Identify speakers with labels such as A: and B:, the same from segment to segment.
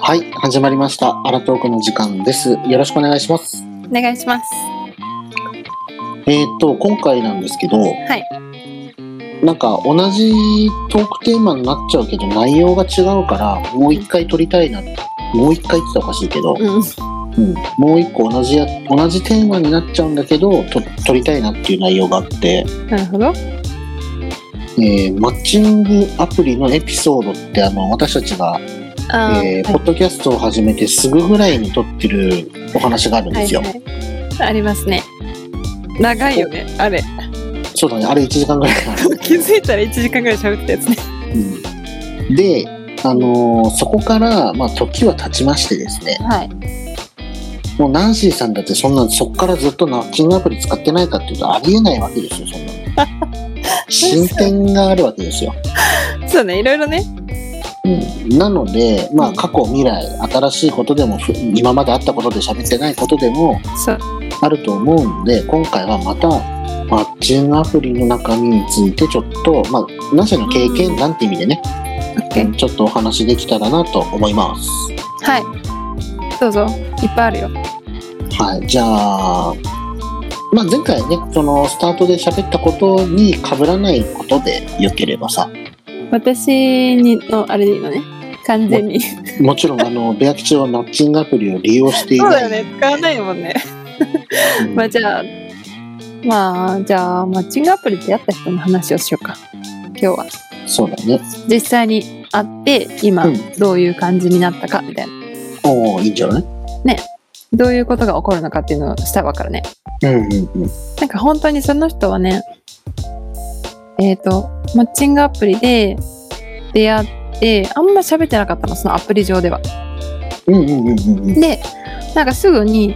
A: はい、始まりました。アラトークの時間です。よろしくお願いします。
B: お願いします。
A: えっ、と、今回なんですけど、
B: はい。
A: なんか同じトークテーマになっちゃうけど、内容が違うから、もう一回撮りたいな。もう一回って言ったらおかしいけど、
B: うん。
A: うん、もう一個同じや、同じテーマになっちゃうんだけど、と撮りたいなっていう内容があって、
B: なるほど。
A: えーマッチングアプリのエピソードって、あの、私たちが、
B: あ
A: えー
B: ー
A: ポッドキャストを始めてすぐぐらいに撮ってるお話があるん
B: は
A: で
B: い
A: すよ。
B: はい。ありますね。長いよね。あれ。
A: そうだね、あれ1時間ぐらいかな。
B: 気づいたら1時間ぐらい喋ってたやつね。
A: うんで、あのーそこから、まあ、時は経ちましてですね、
B: はい。
A: もうナンシーさんだってそんな、そこからずっとマッチングアプリ使ってないかっていうとありえないわけですよ、そん なの。進展があるわけですよ。
B: そうね。いろいろね。
A: うん、なので、まあ、過去、未来、新しいことでも、ふ今まであったことで喋ってないことでも
B: そう。
A: あると思うんで、今回はまた、マッチングアプリの中身についてちょっと、まあ、ナンシーの経験なんて意味でね、
B: OK。
A: ちょっとお話できたらなと思います。
B: はい。どうぞ。いっぱいあるよ。
A: はい、じゃあ、まあ、前回ね、そのスタートで喋ったことに被らないことでよければさ、
B: 私にの、あれでいいのね。完全に。そ
A: もちろん、あの、ベア吉はマッチングアプリを利用していうな
B: だ
A: い。
B: よね。使わないもんね。
A: うん
B: まあじゃあ、まあじゃあ、マッチングアプリでやった人の話をしようか。今日は。
A: そうだね。
B: 実際に会って、今
A: うん、
B: どういう感じになったか、みたいな。
A: おおいいんじゃない
B: どういうことが起こるのかっていうのをしたわからね
A: うんうんうん。
B: なんか本当にその人はねえっ、とマッチングアプリで出会ってあんま喋ってなかったのそのアプリ上では
A: うんうんうんうんうん。はい
B: でなんかすぐに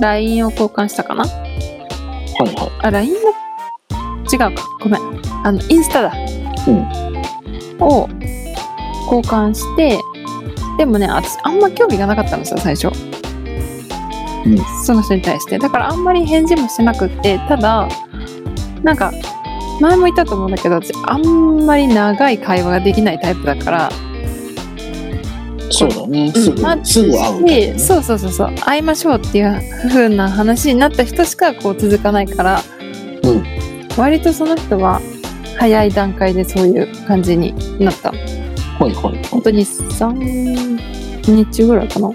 B: LINE を交換したかな
A: は
B: あ LINE も違うかごめんあのインスタだ、
A: うん
B: を交換してでもね私あんま興味がなかったんですよ最初、
A: うん
B: その人に対してだからあんまり返事もしてなくってただなんか前も言ったと思うんだけど私あんまり長い会話ができないタイプだから
A: い。そうだね。
B: うん
A: すぐ、
B: マッチ
A: すぐ会うからね、
B: でそうそうそうそう会いましょうっていう風な話になった人しかこう続かないから、
A: うん
B: 割とその人は早い段階でそういう感じになった
A: はいはいは
B: 本当に3日ぐらいかな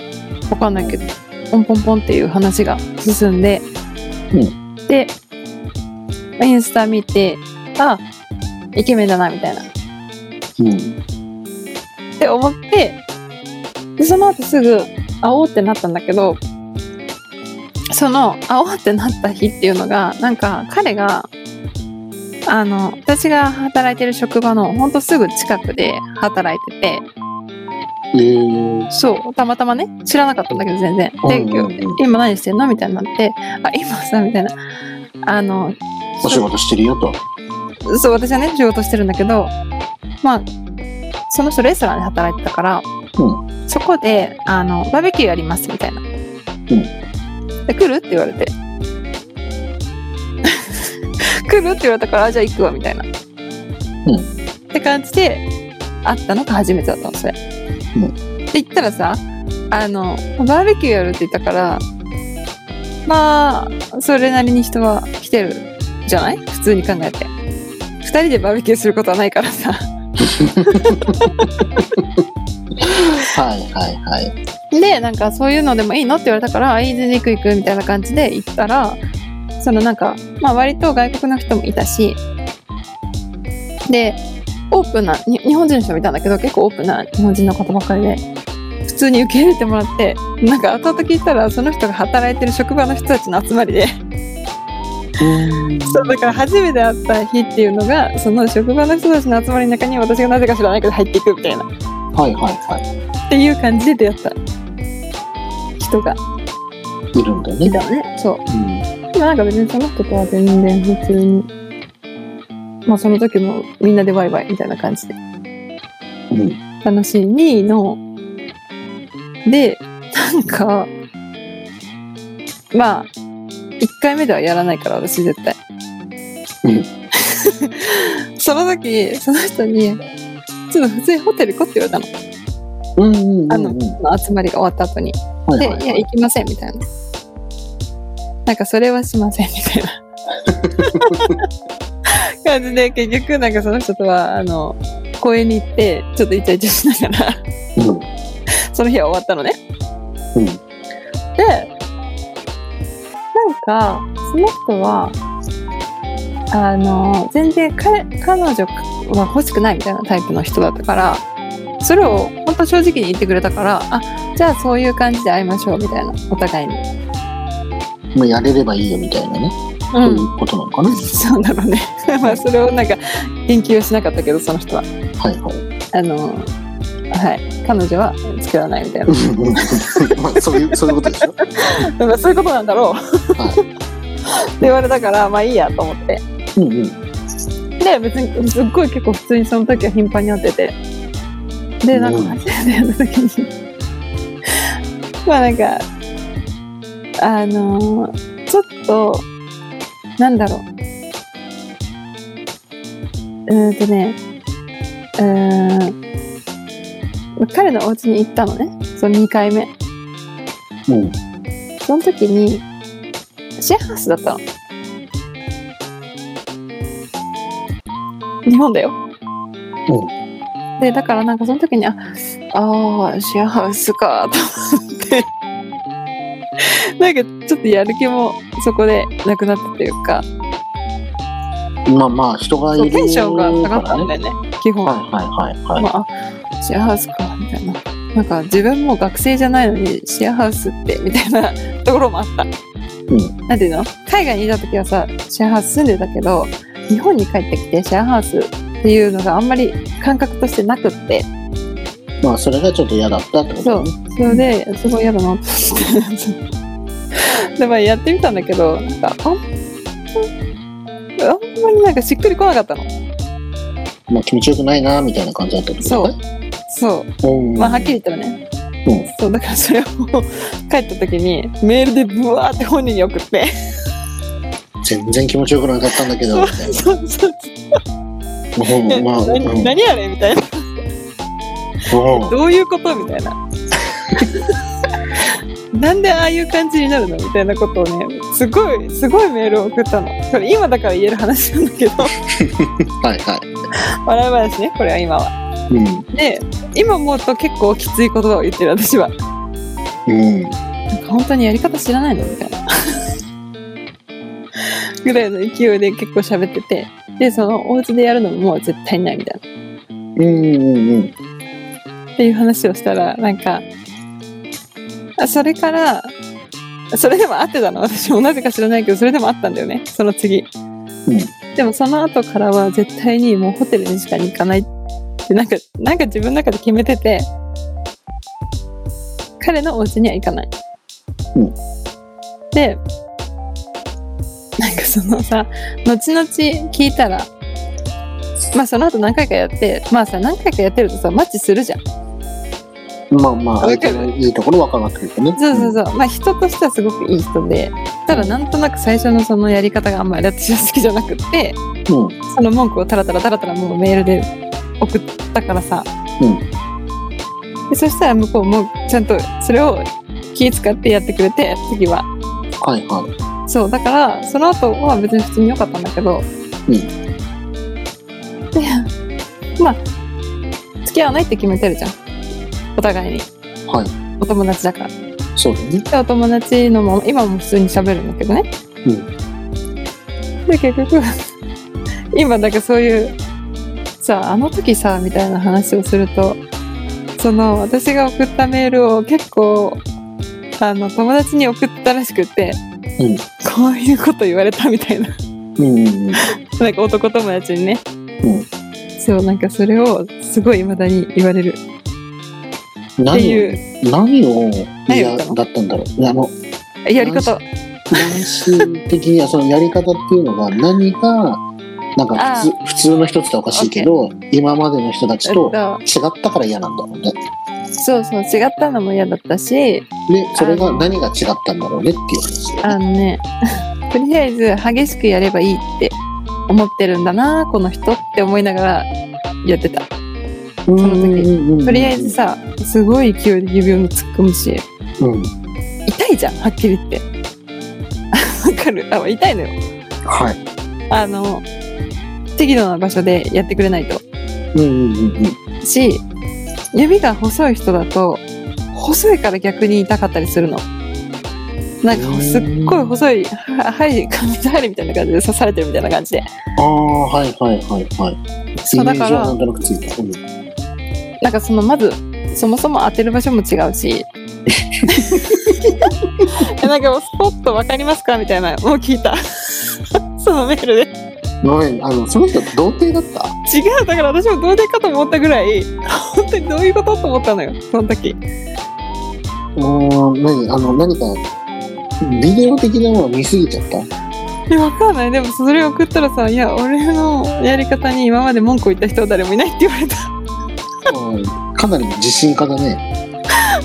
B: 分かんないけどポンポンポンっていう話が進んで、
A: う。
B: でインスタ見てあイケメンだなみたいない
A: うん。
B: って思ってでその後すぐ会おうってなったんだけどその会おうってなった日っていうのがなんか彼があの私が働いてる職場のほんとすぐ近くで働いてて
A: えー、
B: そうたまたまね知らなかったんだけど全然。で
A: うんうんうん
B: 今何してんのみたいになって「あ今さ」みたいなあの
A: お仕事してるよと。
B: そう私はね仕事してるんだけどまあその人レストランで働いてたから、
A: う
B: そこであのバーベキューやりますみたいな、で来るって言われて 来るって言われたからあじゃあ行くわみたいな、って感じで会ったのが初めてだったのそれ、
A: うん
B: で行ったらさあのバーベキューやるって言ったからまあそれなりに人は来てるじゃない普通に考えて2人でバーベキューすることはないからさ
A: はいはいはい。
B: でなんかそういうのでもいいのって言われたから「あいい全然行く行く」みたいな感じで行ったらそのなんか、まあ、割と外国の人もいたしでオープンなに日本人の人もいたんだけど結構オープンな日本人の方ばっかりで普通に受け入れてもらってなんか後々聞いたらその人が働いてる職場の人たちの集まりで
A: うん
B: そうだから初めて会った日っていうのがその職場の人たちの集まりの中に私がなぜか知らないけど入っていくみたいなっ
A: はいはいは
B: ていう感じで出会った人が
A: い。いるんだ
B: い
A: ね。
B: たのねそ
A: う
B: う
A: ん。
B: でもなんか別にその人とは全然普通にまあその時もみんなでワイワイみたいな感じで
A: うん。
B: 楽しい2位のでなんかまあ1回目ではやらないから私絶対
A: う
B: その時その人に「ちょっと普通にホテル行こう」って言われたの
A: うんうんうん
B: あ
A: う
B: の
A: ん。
B: 集まりが終わった後に。
A: はい
B: で、
A: はい
B: いや、
A: はい
B: 行きません、みたいな。なんか、それはしません、みたい な感じで、結局、なんかその人とは、あの、公園に行って、ちょっとイチャイチャしながら、
A: うん
B: その日は終わったのね。
A: うん
B: で、なんか、その人は、あの、全然彼、彼女は欲しくないみたいなタイプの人だったから、それを本当正直に言ってくれたから、あ、じゃあそういう感じで会いましょうみたいな、お互いに。
A: まあやれればいいよみたいなね、
B: う
A: そういうことなのかな。
B: そうだろうね。 まあ、それをなんか、言及はしなかったけど、その人は。
A: はいはい。
B: あの、はい。彼女は作らないみたいな。
A: まあそういうそういうことでしょ。
B: まあそういうことなんだろう。
A: は
B: って言われたから、まあいいやと思って。
A: い。うんうん。
B: で別にすっごい結構普通にその時は頻繁に会っててでなんか
A: うん
B: 初めてやった時に まあなんかあのーちょっとなんだろううーんとねうーん彼のお家に行ったのねその2回目
A: うん。
B: その時にシェアハウスだったの日本だよ、でだからなんかその時にああーシェアハウスかと思ってなんかちょっとやる気もそこでなくなったというか
A: まあまあ人がい
B: そ
A: る
B: うテンションが下がったんだ
A: ね。
B: よね基本、
A: はいはいはい
B: ま
A: は
B: ああシェアハウスかみたいななんか自分も学生じゃないのにシェアハウスってみたいな ところもあった
A: い。うん。
B: なんていうの海外にいた時はさシェアハウス住んでたけど日本に帰ってきてシェアハウスっていうのがあんまり感覚としてなくって
A: まあそれがちょっと嫌だったってこと
B: そう
A: ね。
B: それですごい嫌だなと思って でまあやってみたんだけどなんかあんあんまりなんかしっくりこなかったの
A: まあ気持ちよくないなみたいな感じだったってことね。
B: そう
A: うん。
B: まあはっきり言ったらね、
A: うん
B: そうだからそれを 帰った時にメールでブワーって本人に送って
A: 全然気持ちよくなかったんだけどみ
B: そう
A: たいな。
B: そうそう
A: うんまあうん
B: 何何あれみたいな
A: うん
B: どういうことみたいな。 なんでああいう感じになるのみたいなことをね、すごい、すごいメールを送ったの。これ今だから言える話なんだけど、
A: はいはい。
B: 笑い話ね、これは今は。
A: うん
B: で、今思うと結構きつい言葉を言ってる私は。
A: うん。
B: なんか本当にやり方知らないのみたいな。ぐらいの勢いで結構喋ってて、で、そのお家でやるのももう絶対ないみたいな。
A: うんうんうん。
B: っていう話をしたらなんかあそれからそれでも会ってたの 私もなぜか知らないけどそれでも会ったんだよねその次、でもその後からは絶対にもうホテルにしか行かないってなんかなんか自分の中で決めてて彼のお家には行かない、
A: うん
B: でなんかそのさ後々聞いたらまあその後何回かやってまあさ何回かやってるとさマッチするじゃん
A: まあまあ
B: わ
A: 相
B: か
A: 手
B: る
A: のいいところ分からなくてね。
B: そうそうそう、まあ人としてはすごくいい人でただなんとなく最初のそのやり方があんまり私は好きじゃなくって
A: うん。うん。
B: その文句をタラタラタラタラもうメールで送ったからさ、
A: うん
B: でそしたら向こうもちゃんとそれを気使ってやってくれて次は
A: はいはい。
B: そうだからその後は別に普通に良かったんだけど、
A: うん
B: でまあ付き合わないって決めてるじゃんお互いに
A: はい。
B: お友達だから。
A: そうだね。
B: でお友達のも今も普通に喋るんだけどね、
A: う
B: で結局 今なんかそういうさあの時さみたいな話をするとその私が送ったメールを結構あの友達に送ったらしくて、
A: うん
B: こういうこと言われたみたいな
A: うんうんうん。
B: なんか男友達にね、
A: うん
B: そうなんかそれをすごい未だに言われるって
A: 何を
B: いう
A: 何を
B: 何を言
A: 嫌
B: ったの
A: だったんだろう。いやあの
B: やり方
A: 男子的 にはそのやり方っていうのが何がなんか普通普通の人って言ったらおかしいけど今までの人たちと違
B: と
A: ったから嫌なんだろうね
B: そうそう違ったのも嫌だったし
A: でそれ
B: あ
A: が
B: の
A: 何が違ったんだろうねっていう話だ
B: あ
A: よね
B: のね とりあえず激しくやればいいって思ってるんだなこの人って思いながらやってたその時
A: 時
B: とりあえず、さすごい勢いで指を突っ込むし
A: うん、
B: 痛いじゃんはっきり言って わかるあ痛いのよ
A: はい、
B: あの適度な場所でやってくれないと
A: うんうんうんうん、
B: し指が細い人だと細いから逆に痛かったりするのなんかすっごい細いははい水入るみたいな感じで刺されてるみたいな感じで
A: ああはいはいはいはい。
B: そうだか
A: イメージは
B: ら
A: なんとなくついた。うん
B: なんかそのまずそもそも当てる場所も違うし えなんかもうスポット分かりますかみたいなもう聞いた そのメールで
A: ごめんあのその人童貞だった。
B: 違うだから私もどうでかと思ったぐらい本当にどういうことと思ったのよその時
A: うーん何あの何かビデオ的なものを見すぎちゃった。
B: いやわかんないでもそれ送ったらさ「いや俺のやり方に今まで文句を言った人は誰もいない」って言われた
A: うんかなりの自信家だね。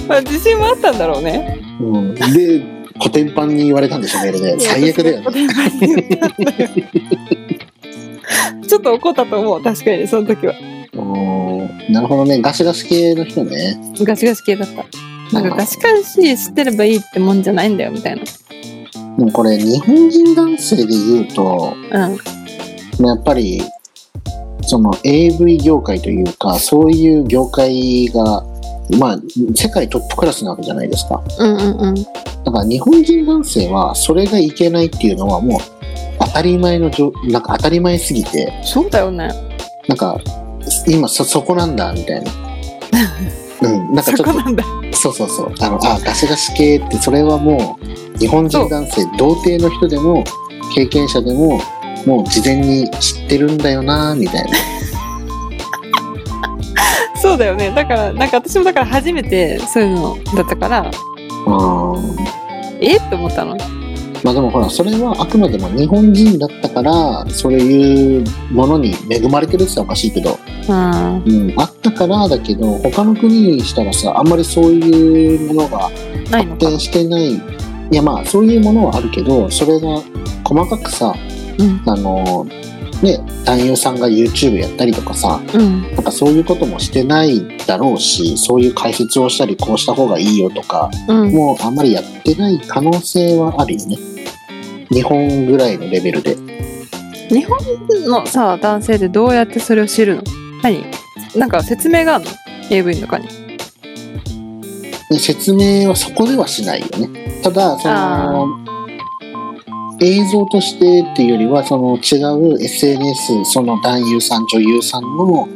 B: まあ自信もあったんだろうね
A: うん、でコテンパンに言われたんでしょメールで。最悪だよね。
B: ちょっと怒ったと思う確かにその時は
A: うんなるほどねガシガシ系の人ね。
B: ガシガシ系だったなんかガシガシ知ってればいいってもんじゃないんだよみたい
A: でもこれ日本人男性で言うと
B: なうん
A: やっぱりその AV 業界というかそういう業界がまあ世界トップクラスなわけじゃないですか。
B: うんうんうん
A: だから日本人男性はそれがいけないっていうのはもう当たり前のじょなんか当たり前すぎて
B: そうだよね
A: なんか今そそこなんだみ たいな。うん、なんか
B: そ
A: ちょ
B: こ
A: っ
B: なんだ
A: と そうそうそうあのあガシガシ系ってそれはもう日本人男性童貞の人でも経験者でももう事前に知ってるんだよなみたいな
B: そうだよねだからなんか私もだから初めてそういうのだったから
A: うん
B: えっと思ったの
A: まあでもほらそれはあくまでも日本人だったからそういうものに恵まれてるって言ったらおかしいけど
B: うん
A: うん、あったからだけど他の国にしたらさあんまりそういうものが
B: ないの
A: 発展してないいやまあそういうものはあるけどそれが細かくさ
B: うん
A: あのね男優さんが YouTube やったりとかさ
B: うん
A: なんかそういうこともしてないだろうしそういう解説をしたりこうした方がいいよとか
B: うん
A: もうあんまりやってない可能性はあるよね日本ぐらいのレベルで
B: 日本のさ男性ってどうやってそれを知るの何なんか説明があるの AV の中に
A: で説明はそこではしないよねただそ
B: あ
A: の映像としてっていうよりはその違う SNS その男優さん女優さんの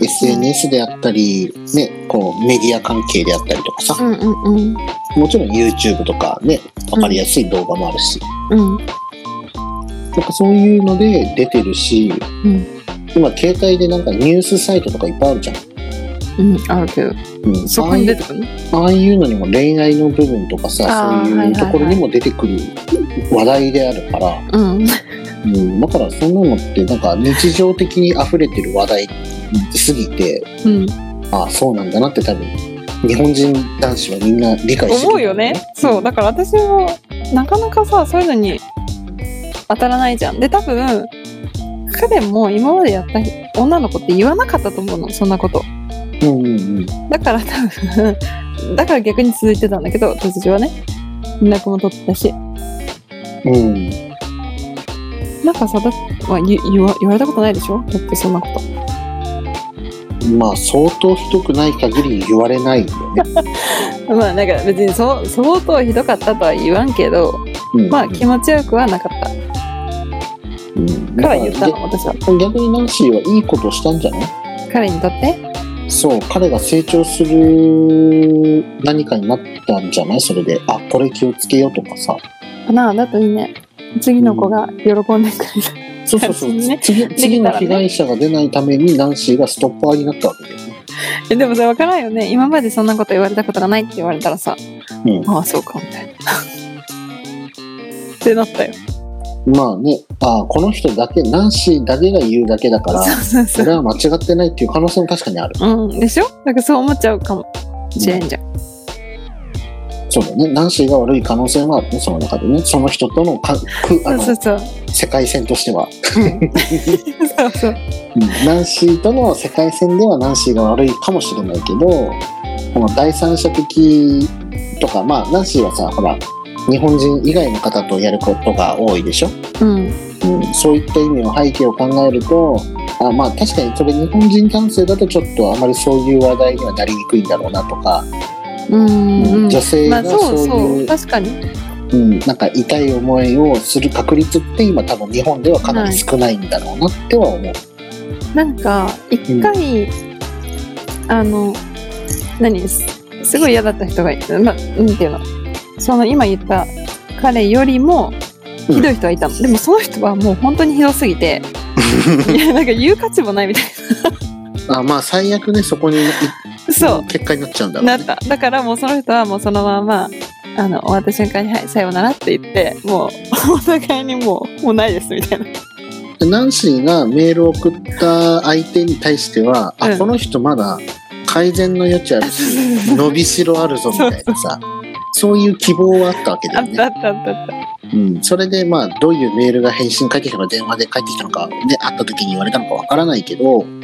A: SNS であったり、ね、こうメディア関係であったりとかさ、
B: んうん
A: もちろん YouTube とかね分かりやすい動画もあるし、
B: うん
A: なんかそういうので出てるし、
B: ん
A: 今携帯でなんかニュースサイトとかいっぱいあるじゃん、
B: うんあるけど
A: うん、
B: そこに出てくるの
A: ああいうのにも恋愛の部分とかさ
B: あー
A: そう
B: はいはいいう
A: ところにも出てくる話題であるから、
B: うん
A: うん、だからそんなのってなんか日常的に溢れてる話題すぎて
B: うん
A: ああそうなんだなって多分日本人男子はみんな理解してる
B: 思うよねそうだから私もなかなかさそういうのに当たらないじゃんで多分彼も今までやった女の子って言わなかったと思うのそんなこと
A: うんうんうん
B: だから多分 だから逆に続いてたんだけど突如はね連絡も取ってたし
A: うん
B: なんかさだ、まあ、言言わ言われたことないでしょだってそんなこと
A: まあ相当ひどくない限り言われないよね、
B: まあなんか別にそ相当ひどかったとは言わんけど
A: うん、
B: まあ気持ちよくはなかった
A: うん
B: から言った
A: だ
B: の私は
A: ら逆にナンシーはいいことしたんじゃない
B: 彼にとって
A: そう彼が成長する何かになったんじゃないそれであこれ気をつけようとかさ
B: かなだといいね次の子が喜んでくれた、
A: そうそうそう、
B: ね
A: 次次の
B: できたらね
A: 被害者が出ないためにナンシーがストッパーになったわけだよね
B: えでもさ分からんよね今までそんなこと言われたことがないって言われたらさ、
A: うん
B: ああそうかみたいなってなったよ
A: まあねあこの人だけナンシーだけが言うだけだから
B: そうそう
A: そ
B: そ
A: れは間違ってないっていう可能性も確かにある
B: ううんでしょなんかそう思っちゃうかもしれんじゃん
A: そうだよね。ナンシーが悪い可能性もあるね、その中でね。その人とのかくあ
B: そうそう
A: の
B: そう
A: 世界線としては、
B: そうそう
A: うんナンシーとの世界線ではナンシーが悪いかもしれないけど、この第三者的とか、まあ、ナンシーはさ、ほら、日本人以外の方とやることが多いでしょ。
B: うん
A: うん、そういった意味の背景を考えるとあまあ確かにそれ日本人男性だとちょっとあまりそういう話題にはなりにくいんだろうなとか、
B: うんうん
A: 女性
B: まあ
A: が
B: そ
A: そう
B: うそ
A: いうう、
B: 確かに
A: うん、なんか痛い思いをする確率って今多分日本ではかなり少ないんだろうなっては思う、
B: なんか一回、あの何ですすごい嫌だった人がいまあなんていうのその今言った彼よりもひどい人はいたの、でもその人はもう本当にひどす ぎていやなんか言う価値もないみたい
A: あまあ最悪ねそこにい
B: なそう
A: 結果になっちゃうんだろう
B: な
A: ね、
B: っただからもうその人はもうそのままあの終わった瞬間に「はいさようなら」って言ってもう お互いにもうもうないですみたいな
A: でナンシーがメールを送った相手に対しては、
B: う
A: あ
B: ん
A: この人まだ改善の余地ある し伸びしろあるぞみたいなさそういう希望はあったわけだ
B: あ
A: よ
B: っ
A: ね
B: たあったあったあった
A: うん、それでまあどういうメールが返信返ってきたのか電話で返ってきたのかで会った時に言われたのかわからないけど
B: うん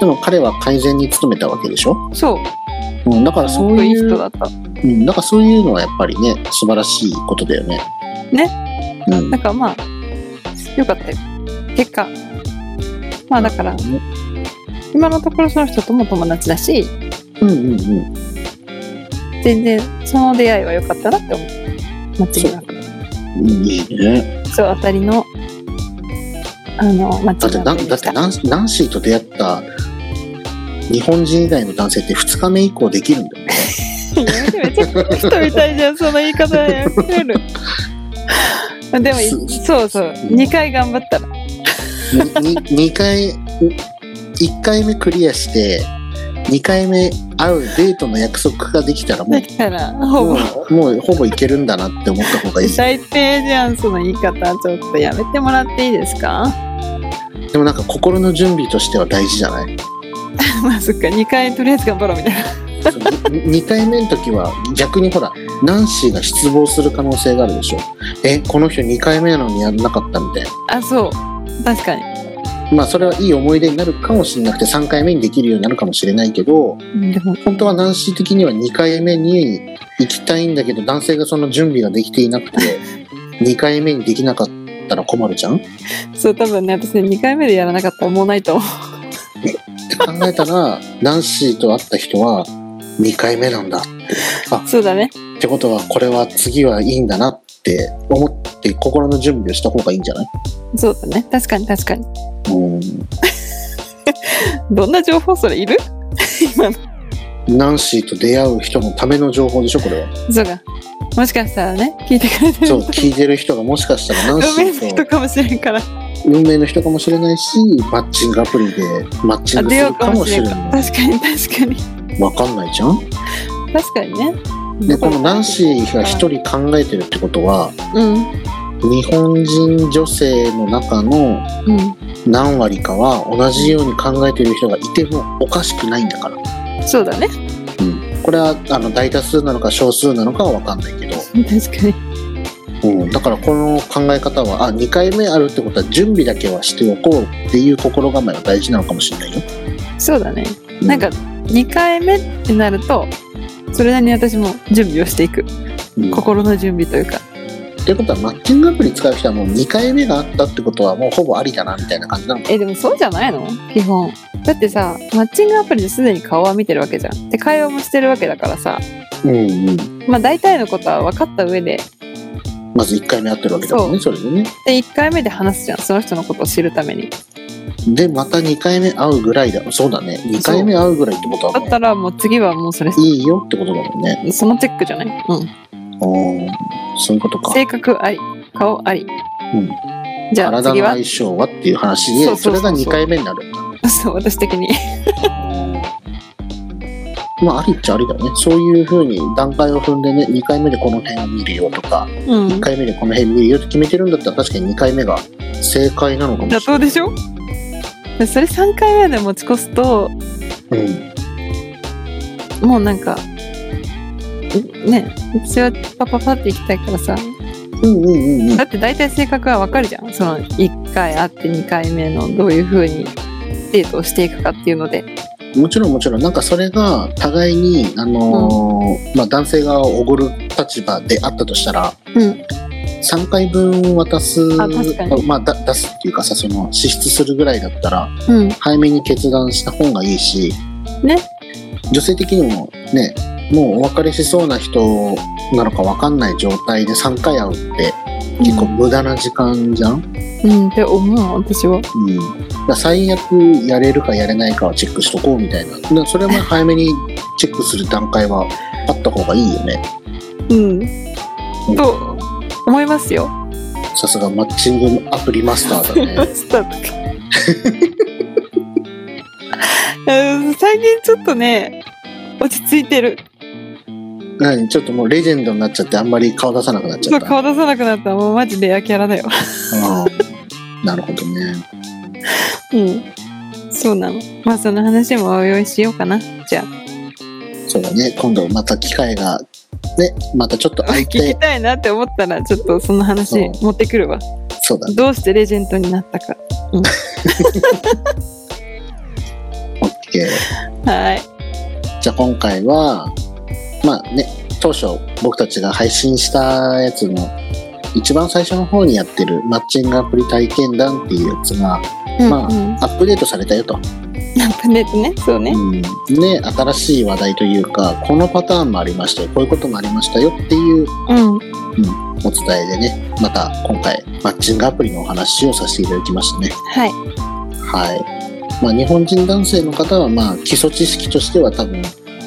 A: でも彼は改善に努めたわけでしょ、
B: そう
A: うん、だから
B: す
A: そ
B: ご
A: う
B: くいい
A: い
B: 人
A: う
B: だった
A: うん、だからそういうのはやっぱりね素晴らしいことだよねうん
B: なんかまあよかったよ結果まあだから今のところその人とも友達だし
A: うんうんうん
B: 全然その出会いは良かったなって思う間違いなく
A: うんいいね
B: そう当たりのあの間違いなく
A: だってな
B: で
A: だっ
B: して た
A: ナンナンシーと出会った日本人以外の男性って2日目以降できるんだよ ね
B: やめてめちゃくちゃ人みたいじゃんその言い方やめるでもい
A: す
B: そうそう
A: うん
B: 2回頑張ったら
A: 2回1回目クリアして2回目会うデートの約束ができたらもう
B: できたらほぼ
A: もうもうほぼいけるんだなって思った方がいい
B: 最低じゃんその言い方ちょっとやめてもらっていいですか
A: でもなんか心の準備としては大事じゃない
B: まあそっか2回とりあえず頑張ろうみたいな
A: そのに2回目の時は逆にほらナンシーが失望する可能性があるでしょえこの人2回目なのにやんなかったみたいな
B: あそう確かに、
A: まあそれはいい思い出になるかもしれなくて3回目にできるようになるかもしれないけど
B: うん、でも
A: 本当はナンシー的には2回目に行きたいんだけど男性がその準備ができていなく て2回目にできなかったら困るじゃん
B: そう多分ね私ね2回目でやらなかったらもうないと思う
A: って考えたらナンシーと会った人は2回目なんだってあ
B: そうだね
A: ってことはこれは次はいいんだなって思って心の準備をした方がいいんじゃない
B: そうだね確かに確かに
A: うん
B: どんな情報それいる今の
A: ナンシーと出会う人のための情報でしょこれは
B: そうかもしかしたらね聞いてくれて
A: そう
B: る
A: 聞いてる人がもしかしたらナン
B: 運
A: シ
B: 命の
A: ー
B: 人
A: と
B: かもしれんから
A: 運命の人かもしれないしマッチングアプリでマッチ
B: あ
A: ング
B: 出
A: す
B: よう
A: る
B: か
A: か
B: も
A: も
B: し
A: し
B: れ
A: れ
B: んか
A: ない
B: 確かに確かに
A: わかんないじゃん
B: 確かにね
A: でこのナンシーが一人考えてるってことは
B: うん
A: 日本人女性の中の
B: う
A: 何割かは同じように考えてる人がいてもおかしくないんだから、
B: んそうだね
A: これはあの大多数なのか少数なのかは分かんないけど、
B: 確かに
A: うん、だからこの考え方はあ2回目あるってことは準備だけはしておこうっていう心構えが大事なのかもしれないよ。
B: そうだね
A: う
B: なんか、2回目ってなるとそれなりに私も準備をしていく
A: うんっ
B: 心の準備というか
A: ていうことはマッチングアプリ使う人はもう2回目があったってことはもうほぼありだなみたいな感じなのか
B: えでもそうじゃないの基本だってさマッチングアプリですでに顔は見てるわけじゃんで会話もしてるわけだからさ
A: うんうん、
B: まあ大体のことは分かった上で
A: まず1回目会ってるわけだもんねそれでね。
B: で1回目で話すじゃんその人のことを知るために
A: でまた2回目会うぐらいだそうだね2回目会うぐらいってことは
B: だ
A: も
B: ったらもう次はもうそれ
A: ういいよってことだもんね。
B: そのチェックじゃないうん
A: うんそういうことか。
B: 性格あり顔あり、
A: うん
B: じゃあ
A: 体
B: 次
A: の
B: は
A: 相性はっていう話で
B: そう
A: そう
B: そそう
A: れ
B: そ
A: が
B: う
A: 2回目になるんだ
B: そう私的に
A: まあありっちゃありだよねそういうふうに段階を踏んでね2回目でこの辺を見るよとか
B: うん
A: 1回目でこの辺見るよって決めてるんだったら確かに2回目が正解なのかも
B: 妥
A: しれ
B: 当
A: ない
B: でしょでそれ3回目で持ち越すと
A: うん
B: もうなんかね私はパパパって行きたいからさ
A: うんうんうんうん
B: だって大体性格はわかるじゃんその1回会って2回目のどういう風にデートをしていくかっていうので
A: もちろんもちろんなんかそれが互いに、あのーまあ、男性側をおごる立場であったとしたら
B: うん
A: 3回分渡す
B: あ確かに
A: まあ、だ出すっていうかさその支出するぐらいだったら
B: うん
A: 早めに決断した方がいいし、
B: ね、
A: 女性的にもねもうお別れしそうな人なのか分かんない状態で3回会うって結構無駄な時間じゃん、
B: うんって思う私は
A: うん、だから最悪やれるかやれないかはチェックしとこうみたいなだからそれも早めにチェックする段階はあった方がいいよね
B: うんと思いますよ
A: さすがマッチングアプリマスターだ ね
B: スタートうん最近ちょっとね落ち着いてる
A: 何ちょっともうレジェンドになっちゃってあんまり顔出さなくなっち
B: そ
A: ゃ
B: う
A: った
B: 顔出さなくなったもうマジレアキャラだよ
A: あーなるほどね
B: うんそうなのまあその話もお用意しようかなじゃあ
A: そうだね今度また機会がねまたちょっと空い
B: 聞き
A: て
B: たいなって思ったらちょっとその話
A: うん
B: 持ってくるわ
A: そうだね
B: どうしてレジェンドになったか
A: OK
B: はい
A: じゃあ今回はまあね当初僕たちが配信したやつの一番最初の方にやってるマッチングアプリ体験談っていうやつが
B: うん
A: まあ
B: うん
A: アップデートされたよと、
B: なんかねねそうね
A: うん、で新しい話題というかこのパターンもありましたよこういうこともありましたよっていう
B: うん
A: お伝えでねまた今回マッチングアプリのお話をさせていただきましたね
B: はい
A: はいまあ日本人男性の方はまあ基礎知識としては多分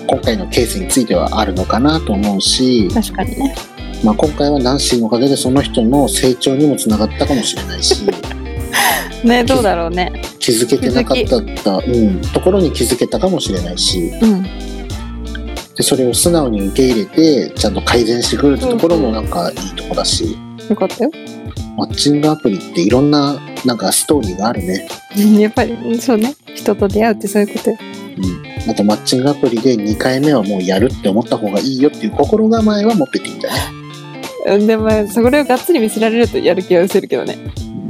A: 今回のケースについてはあるのかなと思うし、
B: 確かにね
A: まあ、今回はナンシーのおかげでその人の成長にもつながったかもしれない し
B: ねどうだろうね
A: 気づけてなかった、うん、ところに気づけたかもしれないし
B: うん
A: でそれを素直に受け入れてちゃんと改善してくるってところもなんかいいとこだし、
B: よかったよ
A: マッチングアプリっていろんななんかストーリーがあるね、
B: やっぱりうんそうね人と出会うってそういうことよ
A: うん、あとマッチングアプリで2回目はもうやるって思った方がいいよっていう心構えは持ってていいんだね、
B: うんでもそれをがっつり見せられるとやる気は失せるけどね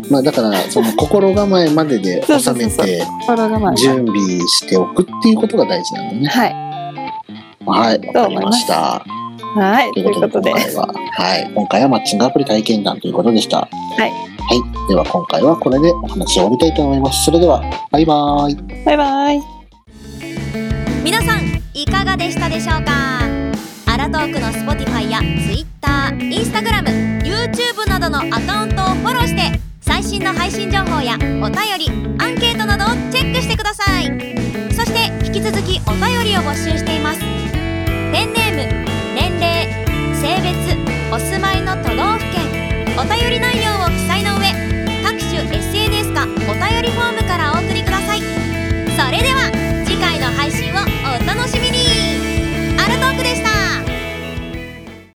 A: まあ、だからその心構えまでで収め
B: そうそう
A: て
B: 心構え
A: 準備しておくっていうことが大事なんだね
B: はい
A: はい、わかりました。
B: はい
A: と
B: と
A: い
B: いうう
A: こ
B: ことと
A: で、
B: で
A: 今回は、はい、今回はマッチングアプリ体験談ということでした。はいはい、では今回はこれでお話を終わりたいと思います。それでは、バイバーイ。
B: バイバイ
C: 皆さんいかがでしたでしょうかアラトークの Spotify や TwitterInstagramYouTube などのアカウントをフォローして最新の配信情報やお便りアンケートなどをチェックしてくださいそして引き続きお便りを募集していますペンネーム年齢性別お住まいの都道府県お便り内容を記載の上各種 SNS かお便りフォームからお送りくださいそれでは